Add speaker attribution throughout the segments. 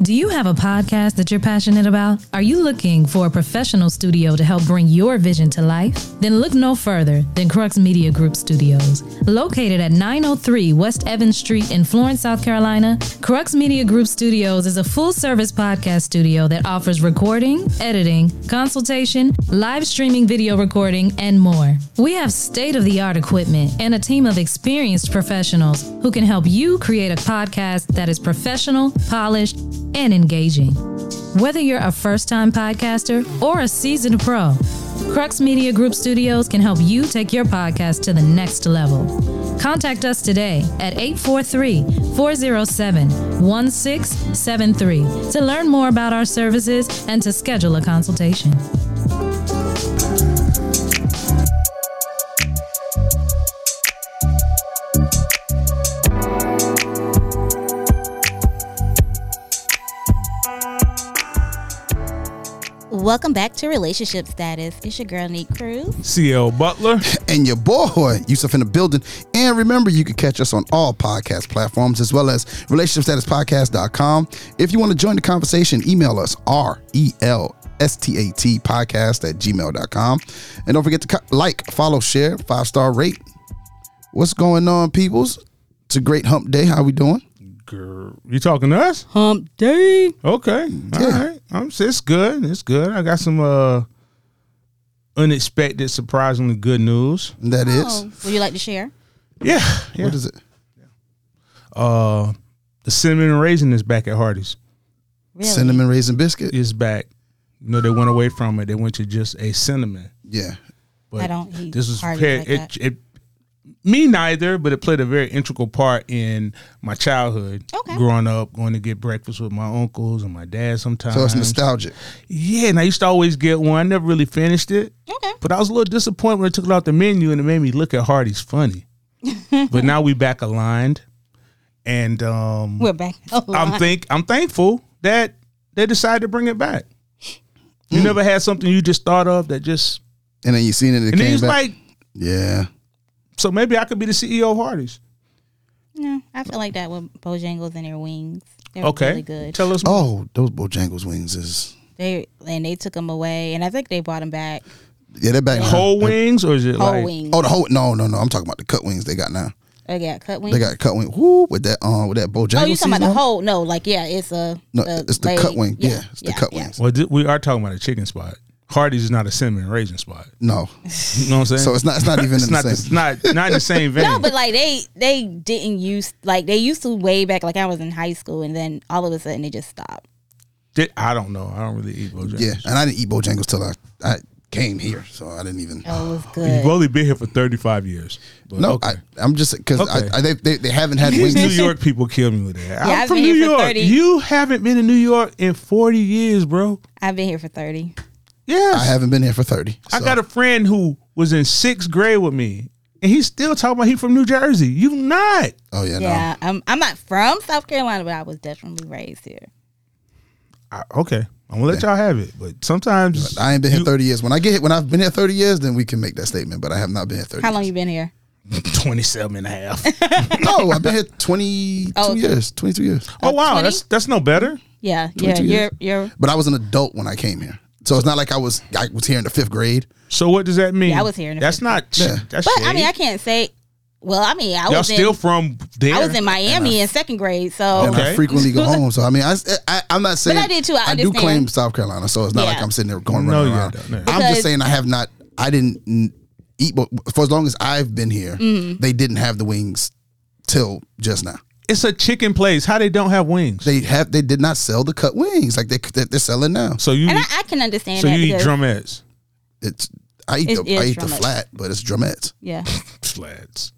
Speaker 1: Do you have a podcast that you're passionate about? Are you looking for a professional studio to help bring your vision to life? Then look no further than Crux Media Group Studios. Located at 903 West Evans Street in Florence, South Carolina, Crux Media Group Studios is a full service podcast studio that offers recording, editing, consultation, live streaming video recording, and more. We have state of the art equipment and a team of experienced professionals who can help you create a podcast that is professional, polished, and engaging. Whether you're a first time podcaster or a seasoned pro, Crux Media Group Studios can help you take your podcast to the next level. Contact us today at 843 407 1673 to learn more about our services and to schedule a consultation.
Speaker 2: Welcome back to Relationship Status. It's your girl, Neat Cruz.
Speaker 3: CL Butler.
Speaker 4: and your boy Yusuf in the building. And remember, you can catch us on all podcast platforms as well as relationshipstatuspodcast.com. If you want to join the conversation, email us R E L S T A T podcast at gmail.com. And don't forget to co- like, follow, share, five star rate. What's going on, peoples? It's a great hump day. How we doing?
Speaker 3: Girl, you talking to us?
Speaker 2: Hump day.
Speaker 3: Okay. All
Speaker 4: Yeah.
Speaker 3: right. I'm, it's good. It's good. I got some uh unexpected, surprisingly good news.
Speaker 4: That is.
Speaker 2: Oh, would you like to share?
Speaker 3: Yeah. yeah.
Speaker 4: What is it?
Speaker 3: Uh the cinnamon and raisin is back at Hardy's.
Speaker 2: Really?
Speaker 4: Cinnamon raisin biscuit?
Speaker 3: It's back. You know, they went away from it. They went to just a cinnamon.
Speaker 4: Yeah.
Speaker 3: But
Speaker 2: I don't eat
Speaker 3: This was
Speaker 2: Hardee's
Speaker 3: paired-
Speaker 2: like
Speaker 3: it,
Speaker 2: that.
Speaker 3: it me neither, but it played a very integral part in my childhood.
Speaker 2: Okay.
Speaker 3: Growing up, going to get breakfast with my uncles and my dad sometimes.
Speaker 4: So it's nostalgic.
Speaker 3: Yeah, and I used to always get one. I never really finished it.
Speaker 2: Okay.
Speaker 3: But I was a little disappointed when I took it off the menu and it made me look at Hardy's funny. but now we back aligned. And um
Speaker 2: We're back. Oh,
Speaker 3: I'm think I'm thankful that they decided to bring it back.
Speaker 4: Hmm.
Speaker 3: You never had something you just thought of that just
Speaker 4: And then you seen it,
Speaker 3: and
Speaker 4: it
Speaker 3: then
Speaker 4: came
Speaker 3: it's
Speaker 4: back.
Speaker 3: like,
Speaker 4: yeah.
Speaker 3: so maybe I could be the CEO of Hardy's.
Speaker 2: no, I feel like that with Bojangles and their wings. They're
Speaker 3: Okay.
Speaker 2: really good.
Speaker 3: Tell us
Speaker 4: Oh, those Bojangles wings is.
Speaker 2: They and they took them away, and I think they brought them back
Speaker 4: Yeah, they're back.
Speaker 3: whole wings or is it
Speaker 2: whole
Speaker 3: like
Speaker 2: wings.
Speaker 4: Oh, the whole no, no, no. I'm talking about the cut wings they got now.
Speaker 2: They got cut wings.
Speaker 4: They got cut wing. Woo, with that um, with that Bojangles.
Speaker 2: oh, you talking about
Speaker 4: seasoning.
Speaker 2: the whole? No, like yeah, it's a
Speaker 4: No,
Speaker 2: a
Speaker 4: it's the
Speaker 2: leg.
Speaker 4: cut wing. Yeah, it's the cut wings.
Speaker 3: Well, th- we are talking about a chicken spot. Hardy's is not a cinnamon and raisin spot.
Speaker 4: No,
Speaker 3: You know what I'm saying?
Speaker 4: so it's not. It's not even
Speaker 3: It's
Speaker 4: in the
Speaker 3: not,
Speaker 4: same.
Speaker 3: it's not not in the same vein.
Speaker 2: No, but like they they didn't use like they used to way back like I was in high school, and then all of a sudden they just stopped.
Speaker 3: Did- I don't know. I don't really eat Bojangles.
Speaker 4: yeah, and I didn't eat Bojangles till I I came here, so I didn't even.
Speaker 2: Oh, it was
Speaker 3: You've
Speaker 2: good.
Speaker 3: only been here for 35 years. But
Speaker 4: no,
Speaker 3: okay.
Speaker 4: I, I'm just because
Speaker 3: Okay.
Speaker 4: I, I, they, they they haven't had
Speaker 3: These
Speaker 4: wings.
Speaker 3: New York people kill me with that. I'm
Speaker 2: I've
Speaker 3: from
Speaker 2: been
Speaker 3: New
Speaker 2: here for
Speaker 3: York.
Speaker 2: 30.
Speaker 3: You haven't been in New York in 40 years, bro.
Speaker 2: I've been here for thirty.
Speaker 3: Yes.
Speaker 4: I haven't been here for thirty.
Speaker 3: I
Speaker 4: so-
Speaker 3: got a friend who was in sixth grade with me, and he's still talking about he from New Jersey. You not.
Speaker 4: Oh yeah,
Speaker 2: Yeah, I'm I'm not from South Carolina, but I was definitely raised here.
Speaker 3: I, okay. I'm going to let y'all have it. But sometimes.
Speaker 4: no. I ain't been here thirty years. When I get here- when I've been here thirty years, then we can make that statement. But I have not been here thirty.
Speaker 2: How long you been here?
Speaker 3: 27 and a half.
Speaker 4: No, I've been here twenty two
Speaker 2: Oh, okay.
Speaker 4: years. Twenty two years.
Speaker 3: Oh wow,
Speaker 2: 20?
Speaker 3: that's that's no better.
Speaker 2: Yeah, yeah,
Speaker 4: 22
Speaker 2: you're
Speaker 4: years.
Speaker 2: you're.
Speaker 4: But I was an adult when I came here, so it's not like I was I was here in the fifth grade.
Speaker 3: So what does that mean?
Speaker 2: Yeah, I was here in the
Speaker 3: That's not. sh-
Speaker 4: Yeah.
Speaker 3: That's
Speaker 2: But I mean, I
Speaker 3: shade.
Speaker 2: can't say. Well, I mean, I
Speaker 3: y'all
Speaker 2: was
Speaker 3: still
Speaker 2: in,
Speaker 3: from there.
Speaker 2: I was in Miami in second grade, so
Speaker 4: and
Speaker 3: Okay.
Speaker 4: I frequently go home. So I mean, I, I am not saying
Speaker 2: I did too, I
Speaker 4: do
Speaker 2: understand.
Speaker 4: claim South Carolina, so it's not
Speaker 2: Yeah.
Speaker 4: like I'm sitting there going
Speaker 3: No,
Speaker 4: running
Speaker 3: you
Speaker 4: around.
Speaker 3: don't, no.
Speaker 4: I'm
Speaker 2: Because-
Speaker 4: just saying I have not. I didn't n- eat, but for as long as I've been here,
Speaker 2: Mm-hmm.
Speaker 4: they didn't have the wings till just now.
Speaker 3: It's a chicken place. How they don't have wings?
Speaker 4: They have. They did not sell the cut wings like they that they're selling now.
Speaker 3: so you
Speaker 2: and I, I can understand
Speaker 3: so
Speaker 2: that
Speaker 3: you eat
Speaker 2: because
Speaker 3: drumettes,
Speaker 4: It's I eat
Speaker 2: It's-
Speaker 4: the I
Speaker 2: it's
Speaker 4: eat the
Speaker 2: drumettes.
Speaker 4: flat, but it's drumettes.
Speaker 2: yeah,
Speaker 3: flats.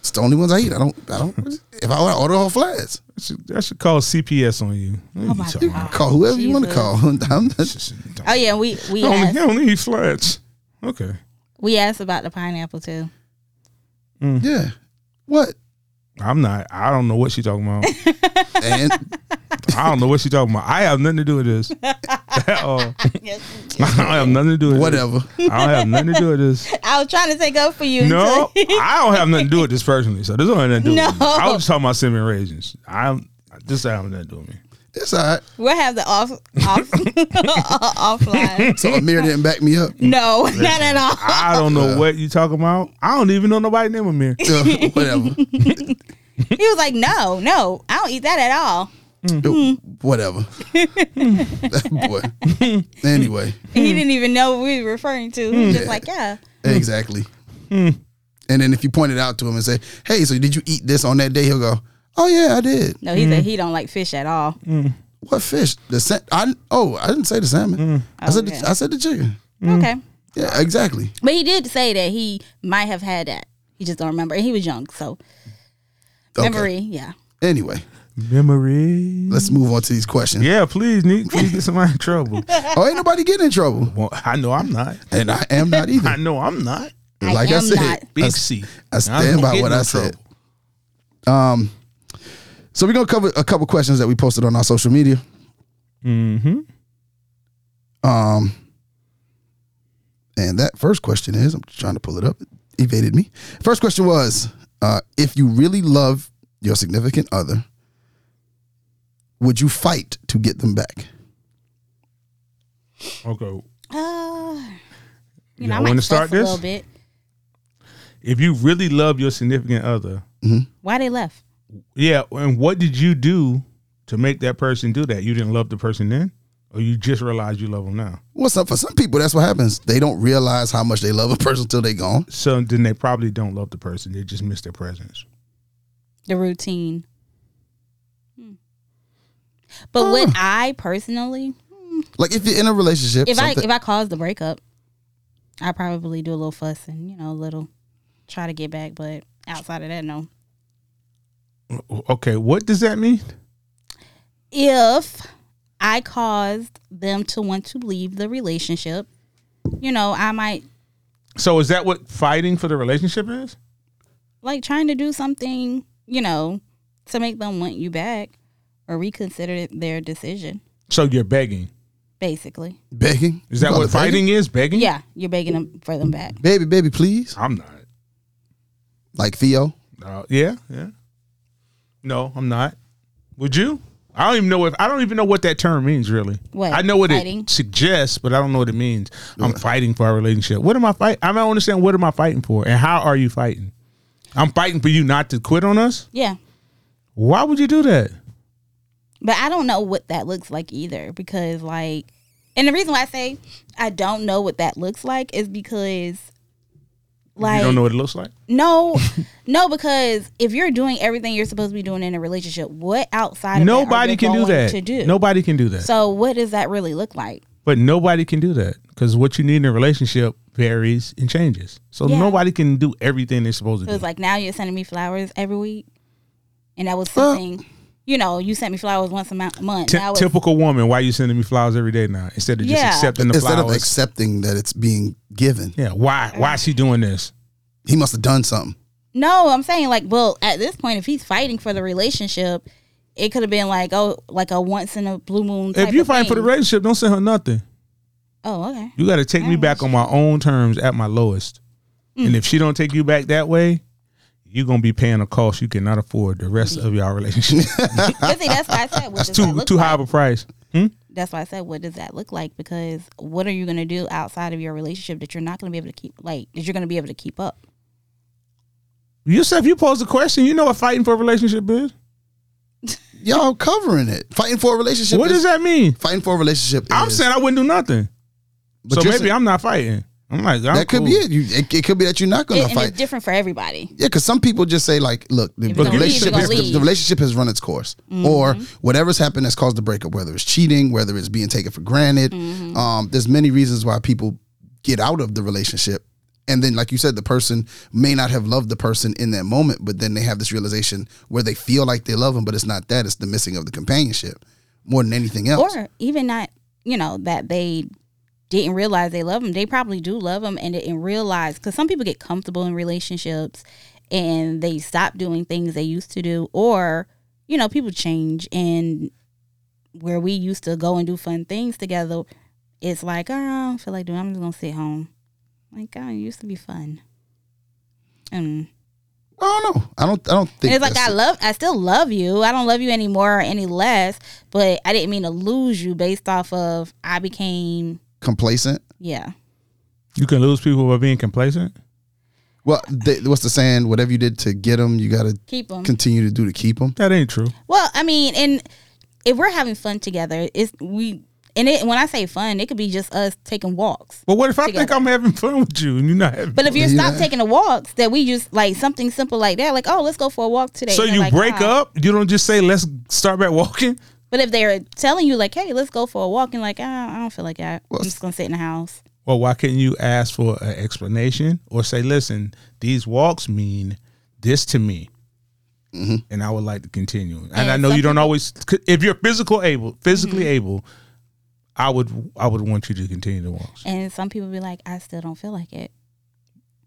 Speaker 4: It's the only ones I eat. I don't. I don't. if I want to order all flats,
Speaker 3: I should, I should call CPS on you. Oh
Speaker 2: my God.
Speaker 4: call whoever you want to
Speaker 2: Jesus.
Speaker 4: call. I'm not,
Speaker 3: Don't,
Speaker 2: oh yeah, we we
Speaker 3: don't-
Speaker 2: asked,
Speaker 3: you don't eat flats. Okay.
Speaker 2: we asked about the pineapple too.
Speaker 4: yeah. What?
Speaker 3: I'm not. I don't know what she's talking about.
Speaker 4: And
Speaker 3: I don't know what she's talking about. I have nothing to do with this. At all.
Speaker 2: Yes.
Speaker 3: I don't have nothing to do with
Speaker 4: whatever.
Speaker 3: This. I don't have nothing to do with this.
Speaker 2: I was trying to take up for you.
Speaker 3: No,
Speaker 2: until-
Speaker 3: I don't have nothing to do with this personally. So this don't have nothing to do
Speaker 2: No.
Speaker 3: with me. I was just talking about cinnamon raisins. I'm this don't have nothing to do with me.
Speaker 4: It's all right.
Speaker 2: We'll have the off off offline.
Speaker 4: So Amir didn't back me up.
Speaker 2: No, not at all.
Speaker 3: I don't know what you talking about. I don't even know nobody named Amir.
Speaker 4: Uh, whatever.
Speaker 2: He was like, "No, no, I don't eat that at all."
Speaker 4: Whatever. that boy. Anyway,
Speaker 2: He didn't even know what we were referring to. He
Speaker 4: Mm.
Speaker 2: was just like, "Yeah."
Speaker 4: exactly. And then if you point it out to him and say, "Hey, so did you eat this on that day?" He'll go, "Oh yeah, I did."
Speaker 2: No, he said he don't like fish at all.
Speaker 4: What fish? The sa- I oh I didn't say the salmon. I said
Speaker 2: Okay.
Speaker 4: the, I said the chicken.
Speaker 2: Okay, Oh.
Speaker 4: Yeah, exactly.
Speaker 2: but he did say that he might have had that. He just don't remember. And he was young, so
Speaker 4: Okay.
Speaker 2: memory. Yeah.
Speaker 4: Anyway,
Speaker 3: Memory.
Speaker 4: let's move on to these questions.
Speaker 3: Yeah, please, Nick. Please get somebody in trouble.
Speaker 4: Oh, ain't nobody getting in trouble,
Speaker 3: Well, I know I'm not.
Speaker 4: and I am not
Speaker 3: I
Speaker 4: either.
Speaker 3: know I'm not.
Speaker 2: I
Speaker 4: Like I
Speaker 2: am
Speaker 4: said,
Speaker 2: not.
Speaker 3: Big
Speaker 4: I-
Speaker 3: C.
Speaker 4: I stand
Speaker 3: don't
Speaker 4: by
Speaker 3: get
Speaker 4: what
Speaker 3: no
Speaker 4: I said.
Speaker 3: trouble.
Speaker 4: Um, So we're gonna cover a couple questions that we posted on our social media. Hmm. Um. And that first question is, I'm trying to pull it up. It evaded me. First question was, uh, if you really love your significant other, would you fight to get them back?
Speaker 3: Okay.
Speaker 2: Uh, you
Speaker 3: Y'all
Speaker 2: know, I
Speaker 3: wanna
Speaker 2: might
Speaker 3: start
Speaker 2: start
Speaker 3: this?
Speaker 2: a little bit.
Speaker 3: If you really love your significant other,
Speaker 2: Why they left?
Speaker 3: yeah, and what did you do to make that person do that? You didn't love the person then, or you just realized you love them now?
Speaker 4: What's up for some people? That's what happens. They don't realize how much they love a person till they gone.
Speaker 3: So then they probably don't love the person. They just miss their presence.
Speaker 2: the routine. Hmm. But would I personally,
Speaker 4: Like if you're in a relationship,
Speaker 2: if I
Speaker 4: something-
Speaker 2: if I caused the breakup, I probably do a little fuss and you know a little try to get back. But outside of that, no.
Speaker 3: Okay, what does that mean?
Speaker 2: If I caused them to want to leave the relationship, you know, I might
Speaker 3: So is that what fighting for the relationship is?
Speaker 2: like trying to do something, you know, to make them want you back or reconsider their decision.
Speaker 3: So you're begging.
Speaker 2: Basically,
Speaker 3: Mm-hmm.
Speaker 4: begging,
Speaker 3: Is that
Speaker 4: Call
Speaker 3: what
Speaker 4: it begging?
Speaker 3: fighting is? Begging?
Speaker 2: yeah, you're begging them for them back.
Speaker 4: Baby, baby, please.
Speaker 3: I'm not.
Speaker 4: Like Theo,
Speaker 3: Uh, yeah, yeah. No, I'm not. Would you? I don't even know if I don't even know what that term means really.
Speaker 2: What?
Speaker 3: I know what
Speaker 2: Fighting?
Speaker 3: it suggests, but I don't know what it means. I'm fighting for our relationship. What am I fight? I don't understand what am I fighting for and how are you fighting? I'm fighting for you not to quit on us?
Speaker 2: Yeah.
Speaker 3: Why would you do that?
Speaker 2: But I don't know what that looks like either because like and the reason why I say I don't know what that looks like is because like
Speaker 3: you don't know what it looks like?
Speaker 2: no no because if you're doing everything you're supposed to be doing in a relationship, what outside of that are
Speaker 3: Nobody
Speaker 2: you
Speaker 3: can do
Speaker 2: going
Speaker 3: that.
Speaker 2: to do?
Speaker 3: Nobody can do that.
Speaker 2: So what does that really look like?
Speaker 3: But nobody can do that because what you need in a relationship varies and changes. So
Speaker 2: Yeah.
Speaker 3: nobody can do everything they're supposed
Speaker 2: So
Speaker 3: to
Speaker 2: it's
Speaker 3: do.
Speaker 2: like now you're sending me flowers every week and that was something you know, you sent me flowers once a mo- month.
Speaker 3: Ty-
Speaker 2: now it's,
Speaker 3: typical woman, why you sending me flowers every day now instead of just
Speaker 2: Yeah.
Speaker 3: accepting the
Speaker 4: instead of
Speaker 3: flowers?
Speaker 4: accepting that it's being given,
Speaker 3: yeah, why? Why is she doing this?
Speaker 4: he must have done something.
Speaker 2: No, I'm saying like, well, at this point, if he's fighting for the relationship, it could have been like, oh, like a once in a blue moon. Type
Speaker 3: If you
Speaker 2: of
Speaker 3: fight for the
Speaker 2: thing.
Speaker 3: relationship, don't send her nothing.
Speaker 2: oh, okay,
Speaker 3: You got to take me back on my own terms at my lowest.
Speaker 2: Mm.
Speaker 3: And if she don't take you back that way, you're gonna be paying a cost you cannot afford the rest of y'all relationship.
Speaker 2: 'Cause see, that's why I said, what does
Speaker 3: It's
Speaker 2: that
Speaker 3: too
Speaker 2: look
Speaker 3: too
Speaker 2: like?
Speaker 3: high of a price. Hmm?
Speaker 2: That's why I said, what does that look like? Because what are you going to do outside of your relationship that you're not going to be able to keep, like, that you're going to be able to keep up?
Speaker 3: Yourself, you posed a question. You know what fighting for a relationship is.
Speaker 4: Y'all covering it, fighting for a relationship.
Speaker 3: What
Speaker 4: is,
Speaker 3: does that mean?
Speaker 4: Fighting for a relationship.
Speaker 3: I'm
Speaker 4: is-
Speaker 3: saying I wouldn't do nothing.
Speaker 4: but
Speaker 3: so
Speaker 4: you're
Speaker 3: maybe
Speaker 4: saying-
Speaker 3: I'm not fighting. I'm like, I'm
Speaker 4: that could
Speaker 3: cool.
Speaker 4: be it. You, it. It could be that you're not
Speaker 2: It-
Speaker 4: going
Speaker 2: and
Speaker 4: to
Speaker 2: it's
Speaker 4: fight.
Speaker 2: different for everybody.
Speaker 4: Yeah, because some people just say like, look, the,
Speaker 2: If
Speaker 4: the
Speaker 2: you're gonna leave, you're
Speaker 4: relationship
Speaker 2: gonna
Speaker 4: is, the,
Speaker 2: leave. Mm-hmm.
Speaker 4: the relationship has run its course, or whatever's happened has caused the breakup. Whether it's cheating, whether it's being taken for granted,
Speaker 2: Mm-hmm.
Speaker 4: um, there's many reasons why people get out of the relationship. And then, like you said, the person may not have loved the person in that moment, but then they have this realization where they feel like they love them, but it's not that; it's the missing of the companionship more than anything else.
Speaker 2: Or even not, you know, that they didn't realize they love them. They probably do love them and didn't realize because some people get comfortable in relationships and they stop doing things they used to do, or you know, people change and where we used to go and do fun things together, it's like, oh, I don't feel like doing. I'm just gonna sit home. Like, oh, it used to be fun. And
Speaker 4: I don't know. I don't. I don't think
Speaker 2: And it's like
Speaker 4: that's
Speaker 2: I
Speaker 4: it.
Speaker 2: love, I still love you. I don't love you anymore or any less, but I didn't mean to lose you based off of I became,
Speaker 4: complacent.
Speaker 2: yeah,
Speaker 3: You can lose people by being complacent.
Speaker 4: Well, they, what's the saying? Whatever you did to get them, you got to
Speaker 2: keep them.
Speaker 4: continue to do to keep them.
Speaker 3: That ain't true.
Speaker 2: Well, I mean, and if we're having fun together, it's we and it, when I say fun, it could be just us taking walks.
Speaker 3: But what if I think
Speaker 2: Together.
Speaker 3: I'm having fun with you and you're not having?
Speaker 2: But if you
Speaker 4: Yeah.
Speaker 2: stop taking the walks, that we just like something simple like that, like oh, let's go for a walk today.
Speaker 3: so
Speaker 2: And
Speaker 3: you
Speaker 2: like,
Speaker 3: break
Speaker 2: "Nah."
Speaker 3: up. You don't just say let's start back walking.
Speaker 2: But if they're telling you like, hey, let's go for a walk, and like, ah, I don't feel like that. I'm just gonna sit in the house.
Speaker 3: Well, why couldn't you ask for an explanation or say, listen, these walks mean this to me, and I would like to continue. And, I
Speaker 2: And
Speaker 3: know
Speaker 2: some Mm-hmm.
Speaker 3: you don't always. If you're physical able, physically able, I would I would want you to continue the walks.
Speaker 2: And some people be like, I still don't feel like it.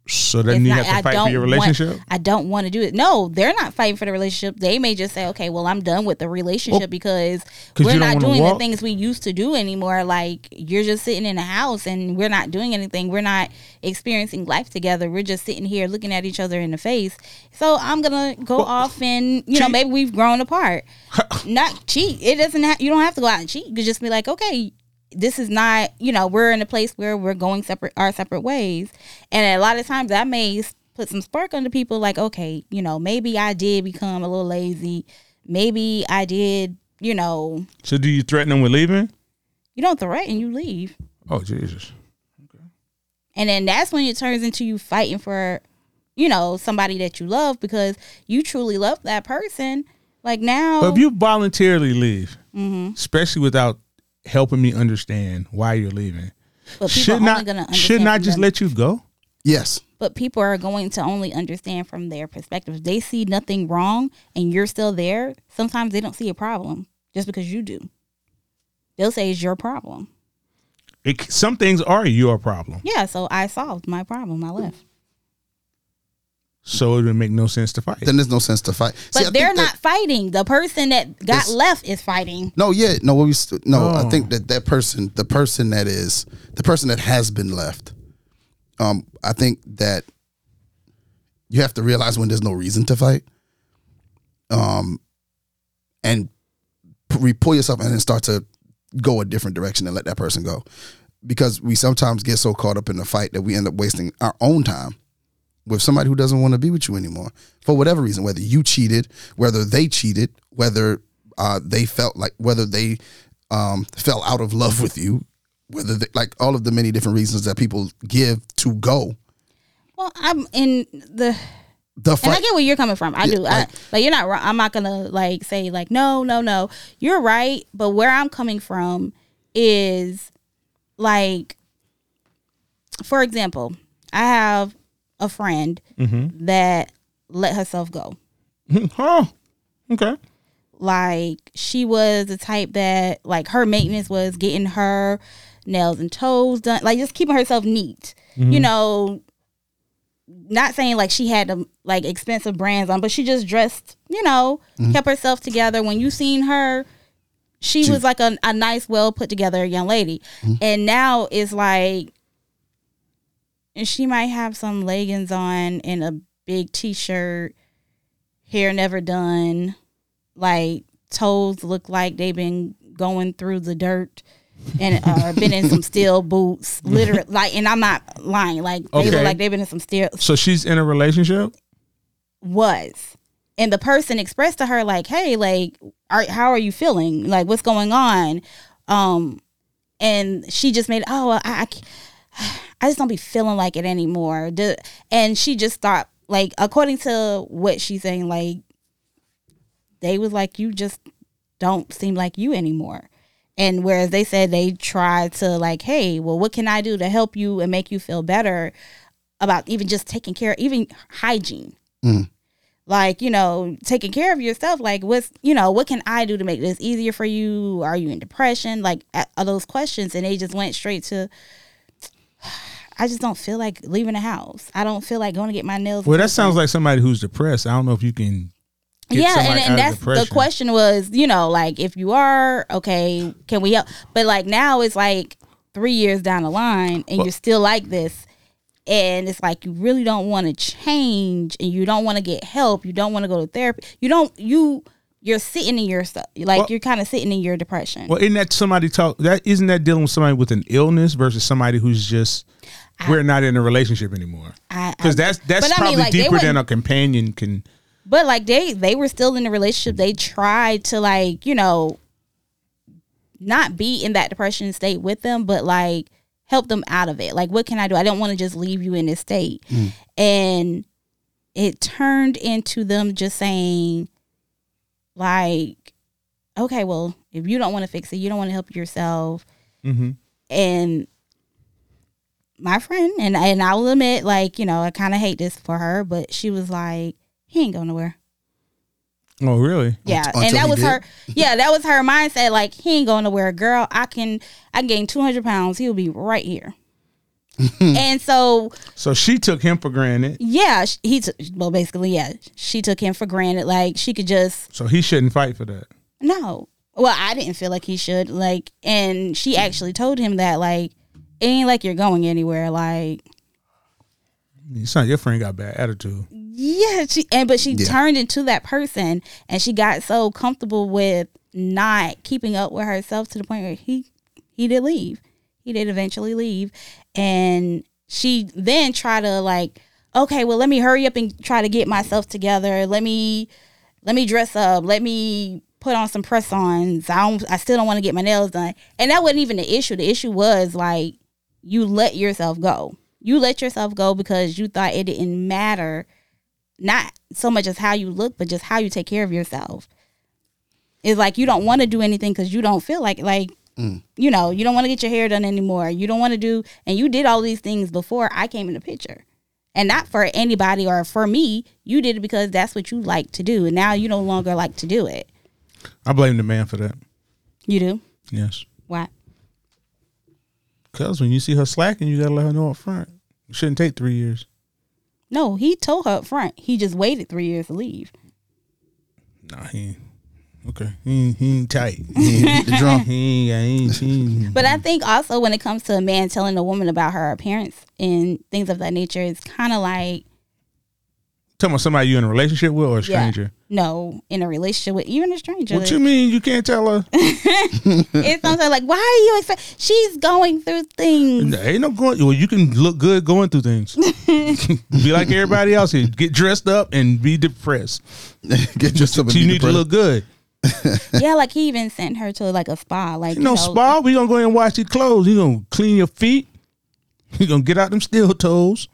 Speaker 3: So then you have to fight for your relationship.
Speaker 2: Want, I don't want to do it. No, they're not fighting for the relationship. They may just say, okay, well, I'm done with the relationship because
Speaker 3: Oh. 'cause
Speaker 2: we're
Speaker 3: you don't
Speaker 2: not
Speaker 3: wanna
Speaker 2: doing
Speaker 3: walk.
Speaker 2: the things we used to do anymore. Like you're just sitting in the house and we're not doing anything. We're not experiencing life together. We're just sitting here looking at each other in the face. So I'm gonna go off and you know
Speaker 3: cheat.
Speaker 2: maybe we've grown apart. not cheat. It doesn't. Ha- you don't have to go out and cheat. You could just be like, okay, this is not you know we're in a place where we're going separate our separate ways and a lot of times i may s- put some spark under people like okay you know maybe i did become a little lazy maybe i did you know
Speaker 3: so do you threaten them with leaving?
Speaker 2: you don't threaten you leave
Speaker 3: Oh Jesus!
Speaker 2: and then that's when it turns into you fighting for you know somebody that you love because you truly love that person like now
Speaker 3: But if you voluntarily leave,
Speaker 2: Mm-hmm.
Speaker 3: especially without helping me understand why you're leaving,
Speaker 2: but people
Speaker 3: should
Speaker 2: are
Speaker 3: not
Speaker 2: only gonna understand
Speaker 3: should not
Speaker 2: from
Speaker 3: just
Speaker 2: them.
Speaker 3: let you go?
Speaker 4: Yes.
Speaker 2: but people are going to only understand from their perspective. If they see nothing wrong and you're still there, sometimes they don't see a problem just because you do. They'll say it's your problem.
Speaker 3: It, some things are your problem.
Speaker 2: Yeah, so I solved my problem. I left.
Speaker 3: so it would make no sense to fight.
Speaker 4: Then there's no sense to fight. See,
Speaker 2: But
Speaker 4: I think
Speaker 2: they're
Speaker 4: that-
Speaker 2: not fighting. The person that got
Speaker 4: It's-
Speaker 2: left is fighting.
Speaker 4: No, yeah, no. What we st- no, I
Speaker 3: Oh.
Speaker 4: think that that person, the person that is, the person that has been left, um, I think that you have to realize when there's no reason to fight, um, and p- re- pull yourself and then start to go a different direction and let that person go, because we sometimes get so caught up in the fight that we end up wasting our own time with somebody who doesn't want to be with you anymore for whatever reason, whether you cheated, whether they cheated, whether uh, they felt like whether they um, fell out of love with you, whether they, like all of the many different reasons that people give to go
Speaker 2: Well, I'm in the and
Speaker 4: the
Speaker 2: I
Speaker 4: fight.
Speaker 2: get where you're coming from. I do.
Speaker 4: like-
Speaker 2: I, like you're not wrong. I'm not gonna like say like no, no, no. You're right. But where I'm coming from is like, for example, I have a friend
Speaker 4: Mm-hmm.
Speaker 2: that let herself go.
Speaker 3: oh, okay.
Speaker 2: Like she was the type that like her maintenance was getting her nails and toes done, like just keeping herself neat.
Speaker 4: Mm-hmm.
Speaker 2: You know, not saying like she had um, like expensive brands on, but she just dressed, you know, kept herself together. When you seen her, she, was like a, a nice, well put together young lady. And now it's like, and she might have some leggings on and a big t shirt, hair never done, like toes look like they've been going through the dirt. and uh, been in some steel boots, literally. Like, and I'm not lying. Like, they
Speaker 3: Okay.
Speaker 2: look like they've been in some steel,
Speaker 3: So she's in a relationship.
Speaker 2: was and the person expressed to her like hey like are, how are you feeling like what's going on um and she just made oh well, i I, c- I just don't be feeling like it anymore Duh. and she just thought like according to what she's saying like they was like you just don't seem like you anymore and whereas they said they tried to like hey well what can i do to help you and make you feel better about even just taking care even hygiene
Speaker 3: Mm.
Speaker 2: like you know taking care of yourself like what's you know what can i do to make this easier for you are you in depression like a- all those questions and they just went straight to i just don't feel like leaving the house i don't feel like going to get my nails
Speaker 3: Well, that sounds like somebody who's depressed. I don't know if you can. Get
Speaker 2: yeah
Speaker 3: somebody
Speaker 2: and,
Speaker 3: out of
Speaker 2: and that's the
Speaker 3: depression.
Speaker 2: question was you know like if you are okay can we help but like now it's like three years down the line and you're still like this and it's like you really don't want to change and you don't want to get help you don't want to go to therapy you don't you you're sitting in your stuff like
Speaker 3: Well-
Speaker 2: you're kind of sitting in your depression
Speaker 3: Well, isn't that somebody talk? That isn't that dealing with somebody with an illness versus somebody who's just we're not in a relationship anymore.
Speaker 2: I- I-
Speaker 3: Because that's that's
Speaker 2: but I mean,
Speaker 3: probably
Speaker 2: like, they
Speaker 3: deeper than
Speaker 2: wouldn't-
Speaker 3: a companion can.
Speaker 2: but like they they were still in a relationship they tried to like you know not be in that depression state with them but like help them out of it like what can i do i don't want to just leave you in this state and it turned into them just saying like okay well if you don't want to fix it you don't want to help yourself
Speaker 3: Mm-hmm.
Speaker 2: and my friend and and I will admit, like you know, I kind of hate this for her, but she was like, "He ain't going nowhere."
Speaker 3: Oh, really?
Speaker 2: Yeah,
Speaker 4: until
Speaker 2: and that
Speaker 4: he
Speaker 2: was
Speaker 4: did.
Speaker 2: her. Yeah, that was her mindset. Like he ain't going nowhere, girl. I can I can gain two hundred pounds. He'll be right here. and so
Speaker 3: So she took him for granted.
Speaker 2: yeah, sh- he took well basically yeah, she took him for granted. Like she could just
Speaker 3: So he shouldn't fight for that.
Speaker 2: no. Well, I didn't feel like he should like, and she actually told him that like it ain't like you're going anywhere. Like
Speaker 3: Your Son, your friend got bad attitude.
Speaker 2: Yeah, she and but she
Speaker 4: Yeah.
Speaker 2: turned into that person, and she got so comfortable with not keeping up with herself to the point where he he did leave. He did eventually leave, and she then tried to like, okay, well, let me hurry up and try to get myself together. Let me let me dress up. Let me put on some press ons. I don't. I still don't want to get my nails done. And that wasn't even the issue. The issue was like you let yourself go. You let yourself go because you thought it didn't matter, not so much as how you look, but just how you take care of yourself. It's like you don't want to do anything because you don't feel like like. You know, you don't want to get your hair done anymore. You don't want to do, and you did all these things before I came in the picture, and not for anybody or for me. You did it because that's what you like to do, and now you no longer like to do it.
Speaker 3: I blame the man for that.
Speaker 2: You do
Speaker 3: Yes.
Speaker 2: why?
Speaker 3: Because when you see her slacking, you gotta let her know up front. It shouldn't take three years.
Speaker 2: No, he told her up front. He just waited three years to leave.
Speaker 3: Nah, he ain't. Okay. He ain't, he ain't tight.
Speaker 4: the drum.
Speaker 3: he ain't, he ain't.
Speaker 2: But I think also when it comes to a man telling a woman about her appearance and things of that nature, it's kind of like
Speaker 3: Talking about somebody you in a relationship with or a stranger?
Speaker 2: Yeah, no, in a relationship with even a stranger.
Speaker 3: What you mean you can't tell her?
Speaker 2: It's something like, why are you expect? She's going through things.
Speaker 3: Ain't no going. Well, you can look good going through things. be like everybody else here. Get dressed up and be depressed.
Speaker 4: Get yourself a
Speaker 3: So you
Speaker 4: new
Speaker 3: need to
Speaker 4: brother.
Speaker 3: look good.
Speaker 2: yeah, like he even sent her to like a spa. Like
Speaker 3: You know,
Speaker 2: you know,
Speaker 3: spa. We gonna go in and wash your clothes. You gonna clean your feet. You gonna get out them steel toes.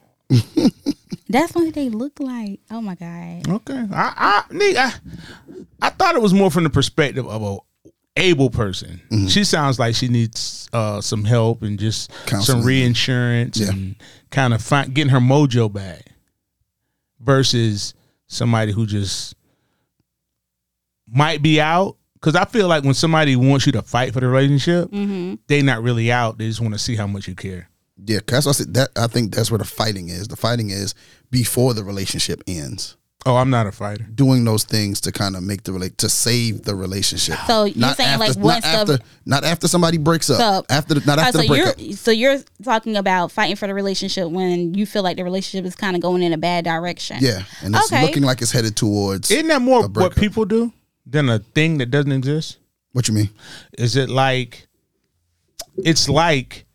Speaker 2: That's what they look like. Oh my god.
Speaker 3: Okay. I I, nigga, I I thought it was more from the perspective of a able person.
Speaker 4: Mm-hmm.
Speaker 3: She sounds like she needs uh, some help and just
Speaker 4: Counseling.
Speaker 3: some reinsurance
Speaker 4: Yeah.
Speaker 3: and kind of find, getting her mojo back versus somebody who just might be out. Because I feel like when somebody wants you to fight for the relationship, they not really out. They just want to see how much you care.
Speaker 4: Yeah, 'cause that's what I said. That I think that's where the fighting is. The fighting is before the relationship ends.
Speaker 3: Oh, I'm not a fighter.
Speaker 4: Doing those things to kind of make the relate to save the relationship.
Speaker 2: So you're saying,
Speaker 4: after,
Speaker 2: like,
Speaker 4: not
Speaker 2: once the-
Speaker 4: after not after somebody breaks up.
Speaker 2: So-
Speaker 4: after the, not
Speaker 2: Oh,
Speaker 4: after
Speaker 2: so
Speaker 4: the breakup.
Speaker 2: you're so you're talking about fighting for the relationship when you feel like the relationship is kind of going in a bad direction.
Speaker 4: Yeah, and it's
Speaker 2: Okay.
Speaker 4: looking like it's headed towards.
Speaker 3: Isn't that more what
Speaker 4: breakup.
Speaker 3: people do than a thing that doesn't exist?
Speaker 4: what you mean?
Speaker 3: Is it like it's like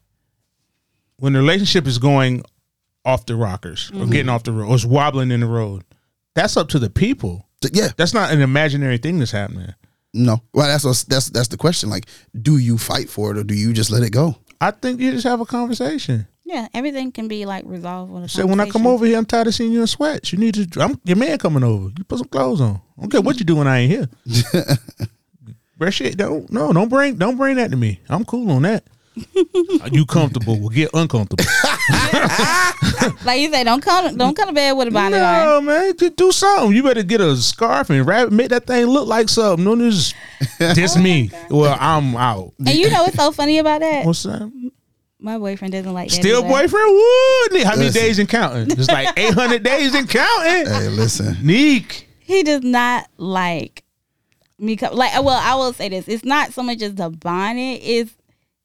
Speaker 3: when the relationship is going off the rockers or getting off the road or it's wobbling in the road? That's up to the people.
Speaker 4: Th- Yeah,
Speaker 3: That's not an imaginary thing that's happening.
Speaker 4: no. Well, that's what's, that's that's the question. Like, do you fight for it or do you just let it go?
Speaker 3: I think you just have a conversation.
Speaker 2: Yeah, everything can be like resolved with a
Speaker 3: Say, when I come
Speaker 2: conversation.
Speaker 3: over here, I'm tired of seeing you in sweats. You need to. I'm your man coming over. You put some clothes on. I don't care what you do when I ain't here. Brush shit. Don't no. Don't bring. Don't bring that to me. I'm cool on that. Are you comfortable? We'll get uncomfortable.
Speaker 2: Like you say, don't come don't come to bed with a bonnet on.
Speaker 3: No, man, just do something. You better get a scarf and wrap, make that thing look like something. No, this, this me. Well, I'm out.
Speaker 2: And you know what's so funny about that?
Speaker 3: What's that?
Speaker 2: My boyfriend doesn't like that.
Speaker 3: Still
Speaker 2: either.
Speaker 3: boyfriend? Woo! Nick, How many
Speaker 4: Listen.
Speaker 3: days and counting? It's like 800 days and counting.
Speaker 4: Hey, listen.
Speaker 3: Neek.
Speaker 2: He does not like me. Co- like, uh, well, I will say this: it's not so much as the bonnet. Is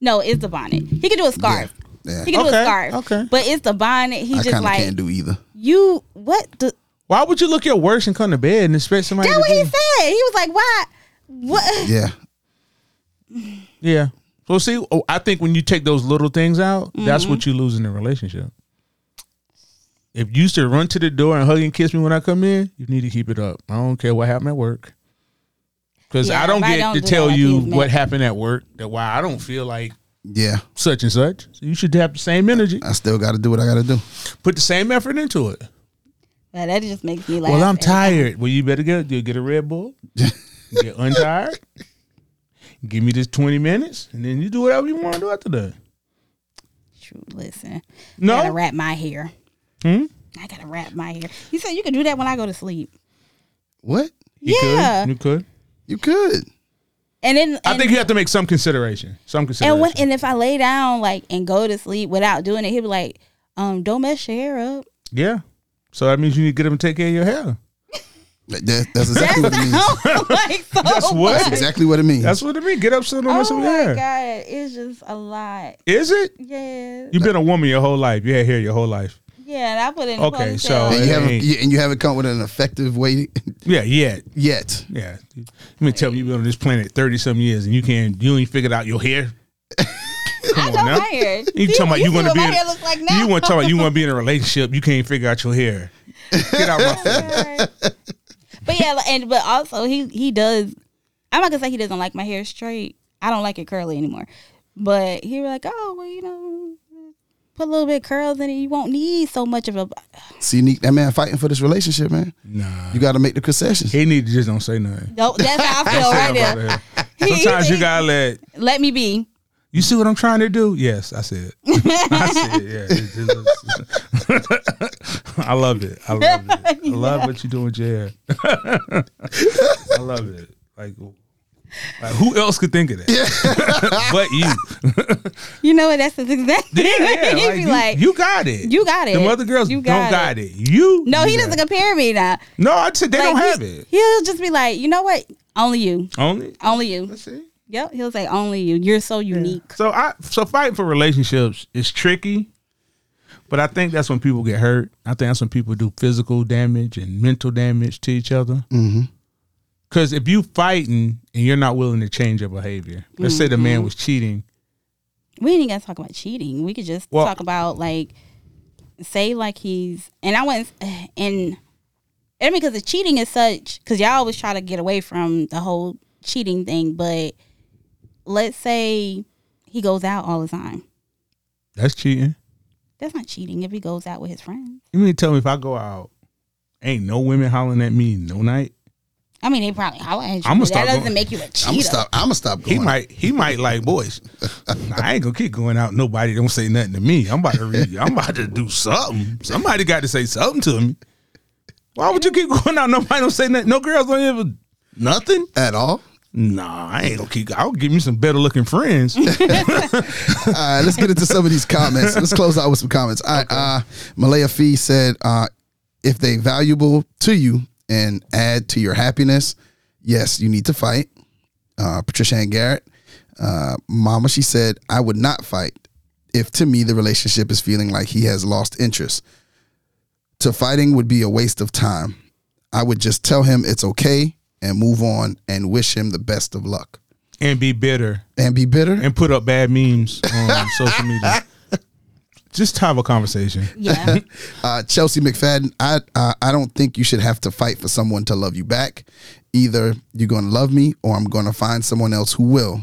Speaker 2: no, it's the bonnet. He could do a scarf,
Speaker 4: Yeah.
Speaker 2: He can do
Speaker 3: Okay,
Speaker 2: a scarf.
Speaker 3: okay.
Speaker 2: But it's the bonnet. He
Speaker 4: I
Speaker 2: just
Speaker 4: kind of
Speaker 2: like
Speaker 4: can't do either.
Speaker 2: you. What the?
Speaker 3: Why would you look your worst and come to bed and expect somebody?
Speaker 2: That's
Speaker 3: to
Speaker 2: what he
Speaker 3: do-
Speaker 2: said. He was like, "Why? What?
Speaker 4: Yeah.
Speaker 3: Yeah. So see, oh, I think when you take those little things out, that's
Speaker 2: Mm-hmm.
Speaker 3: what you lose in the relationship. If you used to run to the door and hug and kiss me when I come in, you need to keep it up. I don't care what happened at work. Because
Speaker 2: Yeah,
Speaker 3: I don't
Speaker 2: if I
Speaker 3: get
Speaker 2: don't
Speaker 3: to
Speaker 2: do
Speaker 3: tell
Speaker 2: that,
Speaker 3: you
Speaker 2: you've met-
Speaker 3: what happened at work, that why I don't feel like
Speaker 4: Yeah.
Speaker 3: such and such. So you should have the same energy.
Speaker 4: I still got to do what I got to do.
Speaker 3: Put the same effort into it.
Speaker 2: Well, that just makes me laugh."
Speaker 3: Well, I'm
Speaker 2: every
Speaker 3: tired. Well, you better get you get a Red Bull. get untired. Give me this 20 minutes, and then you do whatever you want to do after that.
Speaker 2: Shoot, listen.
Speaker 3: No?
Speaker 2: I gotta wrap my hair.
Speaker 3: Hmm?
Speaker 2: I gotta wrap my hair. You said you could do that when I go to sleep.
Speaker 4: What?
Speaker 3: You
Speaker 2: yeah.
Speaker 3: could. You could.
Speaker 4: You could.
Speaker 2: And then
Speaker 3: I
Speaker 2: and-
Speaker 3: think you have to make some consideration. Some consideration.
Speaker 2: and when and if I lay down like and go to sleep without doing it, he'd be like, um, don't mess your hair up.
Speaker 3: yeah. So that means you need to get them to take care of your hair.
Speaker 4: That- that- that's exactly what it means.
Speaker 2: like so
Speaker 3: That's what-
Speaker 2: much.
Speaker 3: That's
Speaker 4: Exactly what it means.
Speaker 3: That's what it means. Get up, so don't mess
Speaker 2: Oh
Speaker 3: with
Speaker 2: my
Speaker 3: your hair.
Speaker 2: god, it's just a lot.
Speaker 3: Is it?
Speaker 2: Yeah,
Speaker 3: You've been a woman your whole life. You had hair your whole life.
Speaker 2: yeah. And I put it in
Speaker 3: Okay,
Speaker 2: a ponytail.
Speaker 3: so- eh,
Speaker 4: and you
Speaker 3: Hey.
Speaker 4: haven't you- and you haven't come with an effective way
Speaker 3: Yeah, yeah,
Speaker 4: yet.
Speaker 3: yeah. You mean tell me you've been on this planet thirty some years and you can't you ain't figured out your hair?
Speaker 2: I
Speaker 3: on
Speaker 2: know
Speaker 3: now.
Speaker 2: my hair.
Speaker 3: You
Speaker 2: See-
Speaker 3: talking about you
Speaker 2: see
Speaker 3: want to
Speaker 2: what
Speaker 3: be?
Speaker 2: my
Speaker 3: in-
Speaker 2: hair looks like now?
Speaker 3: You want to talk about you want to be in a relationship? You can't figure out your hair. Get out my face.
Speaker 2: but yeah, like, and but also he he does. I'm not gonna say he doesn't like my hair straight. I don't like it curly anymore. But he was like, oh well, you know, put a little bit of curls in it. You won't need so much of a.
Speaker 4: See, Neek, that man fighting for this relationship, man.
Speaker 3: Nah,
Speaker 4: You got to make the concessions.
Speaker 3: he need to just don't say nothing.
Speaker 2: No, that's how I feel right
Speaker 3: About
Speaker 2: there.
Speaker 3: the hair.
Speaker 2: He-
Speaker 3: Sometimes you
Speaker 2: he-
Speaker 3: gotta let.
Speaker 2: Let me be.
Speaker 3: You see what I'm trying to do? Yes, I see it. I see it. Yeah, It's just- I love it. I love it. I love what you do with your hair. I love it. Like, like, who else could think of that? but you.
Speaker 2: You know what? That's his exact.
Speaker 3: Yeah, yeah,
Speaker 2: He'd
Speaker 3: like,
Speaker 2: be
Speaker 3: you,
Speaker 2: like,
Speaker 3: you got it.
Speaker 2: "You got it.
Speaker 3: The other girls
Speaker 2: You
Speaker 3: don't
Speaker 2: got
Speaker 3: got it. You.
Speaker 2: no,
Speaker 3: you
Speaker 2: he
Speaker 3: got
Speaker 2: doesn't
Speaker 3: it.
Speaker 2: compare me now.
Speaker 3: No, I said they don't
Speaker 2: Like,
Speaker 3: have
Speaker 2: he-
Speaker 3: it.
Speaker 2: He'll just be like, you know what? Only you.
Speaker 3: Only.
Speaker 2: Only you.
Speaker 3: Let's see.
Speaker 2: Yep. He'll say only you. You're so unique.
Speaker 3: So I so fighting for relationships is tricky, but I think that's when people get hurt. I think that's when people do physical damage and mental damage to each other. Because if you fighting and you're not willing to change your behavior, let's say the man was cheating.
Speaker 2: we ain't even gotta talk about cheating. We could just
Speaker 3: Well-
Speaker 2: talk about like say like he's and I went and I mean because the cheating is such because y'all always try to get away from the whole cheating thing, but let's say he goes out all the time.
Speaker 3: That's cheating.
Speaker 2: That's not cheating if he goes out with his friends.
Speaker 3: You mean to tell me if I go out, ain't no women hollering at me no night?
Speaker 2: I mean, they probably holler at you.
Speaker 3: I'ma
Speaker 2: but that
Speaker 3: stop
Speaker 2: doesn't
Speaker 3: going-
Speaker 2: make you a cheater.
Speaker 4: I'm gonna stop. I'm gonna stop
Speaker 3: He
Speaker 4: going.
Speaker 3: might he might like boys. I ain't gonna keep going out. Nobody don't say nothing to me. I'm about to read. I'm about to do something. Somebody got to say something to me. Why would you keep going out? Nobody don't say nothing. No girls don't ever nothing.
Speaker 4: at all.
Speaker 3: Nah, I ain't gonna keep. I'll give me some better looking friends. That's
Speaker 4: All right, let's get into some of these comments. Let's close out with some comments. All right, uh, Malaya Fee said, uh, if they valuable to you and add to your happiness, yes, you need to fight. Uh, Patricia Ann Garrett, uh, Mama, she said, I would not fight if to me the relationship is feeling like he has lost interest. To fighting would be a waste of time. I would just tell him it's okay and move on and wish him the best of luck
Speaker 3: and be bitter
Speaker 4: and be bitter
Speaker 3: and put up bad memes on social media. Just have a conversation.
Speaker 2: Yeah.
Speaker 4: Uh, Chelsea McFadden, I uh, I don't think you should have to fight for someone to love you back. Either you're going to love me, or I'm going to find someone else who will.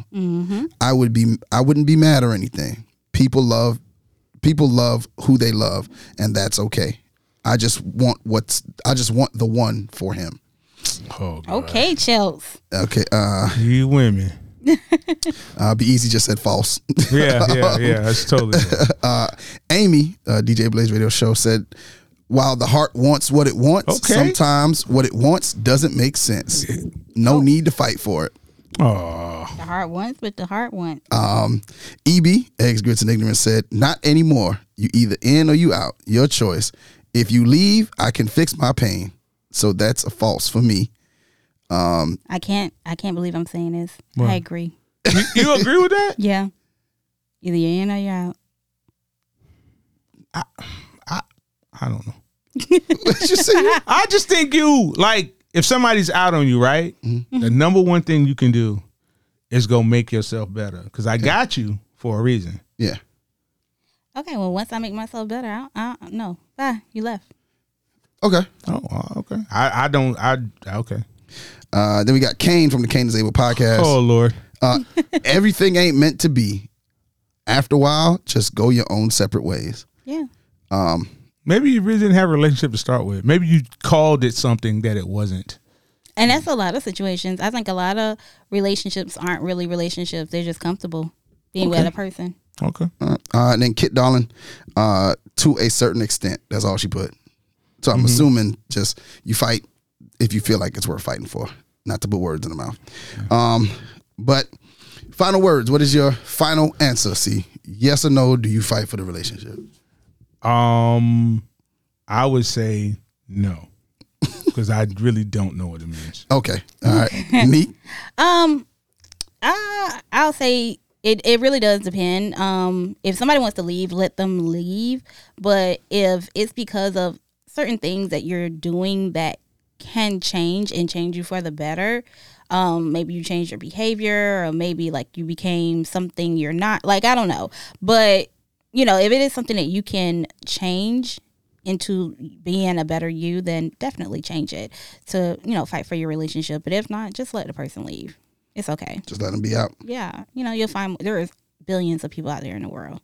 Speaker 4: I would be I wouldn't be mad or anything. People love people love who they love, and that's okay. I just want what's I just want the one for him.
Speaker 3: Oh, God.
Speaker 2: okay, Chels.
Speaker 4: Okay, uh,
Speaker 3: you women.
Speaker 4: uh be easy. Just said false.
Speaker 3: Yeah, yeah, yeah. That's totally.
Speaker 4: Amy, uh, DJ Blaze Radio Show said. While the heart wants what it wants,
Speaker 3: Okay.
Speaker 4: sometimes what it wants doesn't make sense. No need to fight for it.
Speaker 3: Oh.
Speaker 2: The heart wants, but the heart wants.
Speaker 4: Uh, EB, Um, E Eggs, Grits, and Ignorance said, Not anymore. You either in or you out. Your choice. If you leave, I can fix my pain. So that's a false for me.
Speaker 2: I can't. I can't believe I'm saying this. I agree.
Speaker 3: You, you agree with that?
Speaker 2: Yeah. Either you're in or you're out.
Speaker 3: I, I, I don't know.
Speaker 4: What you say?
Speaker 3: I just think you like if somebody's out on you, right? The number one thing you can do is go make yourself better. Because I got you for a reason.
Speaker 4: Yeah.
Speaker 2: Okay, well, once I make myself better, I, I no, bye. You left.
Speaker 4: Okay.
Speaker 3: Oh, uh, okay. I, I don't. I okay.
Speaker 4: Uh, then we got Kane from the Kane is Able podcast.
Speaker 3: Oh Lord.
Speaker 4: Uh, everything ain't meant to be. After a while, just go your own separate ways.
Speaker 2: Yeah.
Speaker 3: Maybe you really didn't have a relationship to start with. Maybe you called it something that it wasn't.
Speaker 2: And that's a lot of situations. I think a lot of relationships aren't really relationships. They're just comfortable being with a person.
Speaker 3: Okay.
Speaker 4: Uh, uh, and then Kit Darling, uh, to a certain extent. That's all she put. So I'm assuming just you fight if you feel like it's worth fighting for. Not to put words in the mouth. Um, but final words. What is your final answer? See, yes or no? Do you fight for the relationship?
Speaker 3: Um, I would say no, because I really don't know what it means.
Speaker 4: Okay. All right. Neat.
Speaker 2: Um, uh, I'll say it, it really does depend. Um, if somebody wants to leave, let them leave. But if it's because of certain things that you're doing that can change and change you for the better, um, maybe you changed your behavior or maybe like you became something you're not, like, I don't know. But, you know, if it is something that you can change into being a better you, then definitely change it to, you know, fight for your relationship. But if not, just let the person leave. It's okay
Speaker 4: Just let him be out.
Speaker 2: yeah, you know, you'll find there is billions of people out there in the world.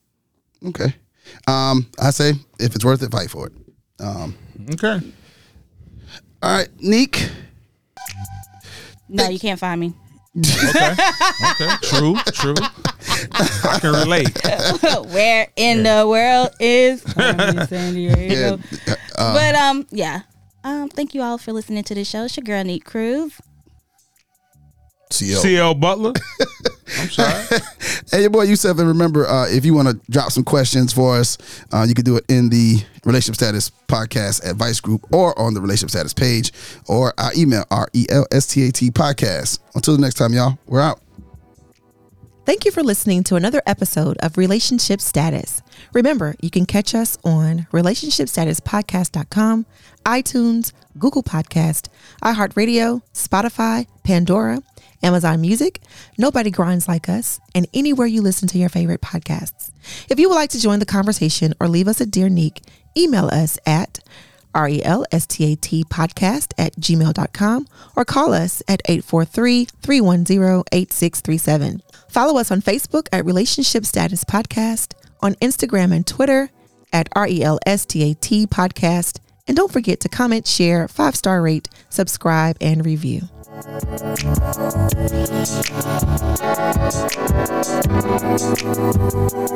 Speaker 4: Okay. Um, I say if it's worth it, fight for it.
Speaker 3: Okay.
Speaker 4: All right, Neek.
Speaker 2: No, you can't find me.
Speaker 3: Okay. okay. True. True. I can relate.
Speaker 2: Where in the world is Carmen San Diego? but um, yeah. Um, thank you all for listening to the show. It's your girl Neat Cruz.
Speaker 4: CEO.
Speaker 3: CL Butler. I'm sorry.
Speaker 4: Hey, your boy Youssef, and remember, uh, if you want to drop some questions for us, uh, you can do it in the Relationship Status Podcast Advice Group or on the Relationship Status page or our email, R E L S T A T podcast. Until the next time, y'all, we're out.
Speaker 5: Thank you for listening to another episode of Relationship Status. Remember, you can catch us on relationshipstatuspodcast.com, iTunes, Google Podcast, iHeartRadio, Spotify, Pandora, Amazon Music, Nobody Grinds Like Us, and anywhere you listen to your favorite podcasts. If you would like to join the conversation or leave us a dear nick, email us at R E L S T A T podcast at gmail.com or call us at 843 310 8637. Follow us on Facebook at Relationship Status Podcast, on Instagram and Twitter at R E L S T A T podcast. And don't forget to comment, share, five star rate, subscribe, and review.
Speaker 6: Thank you.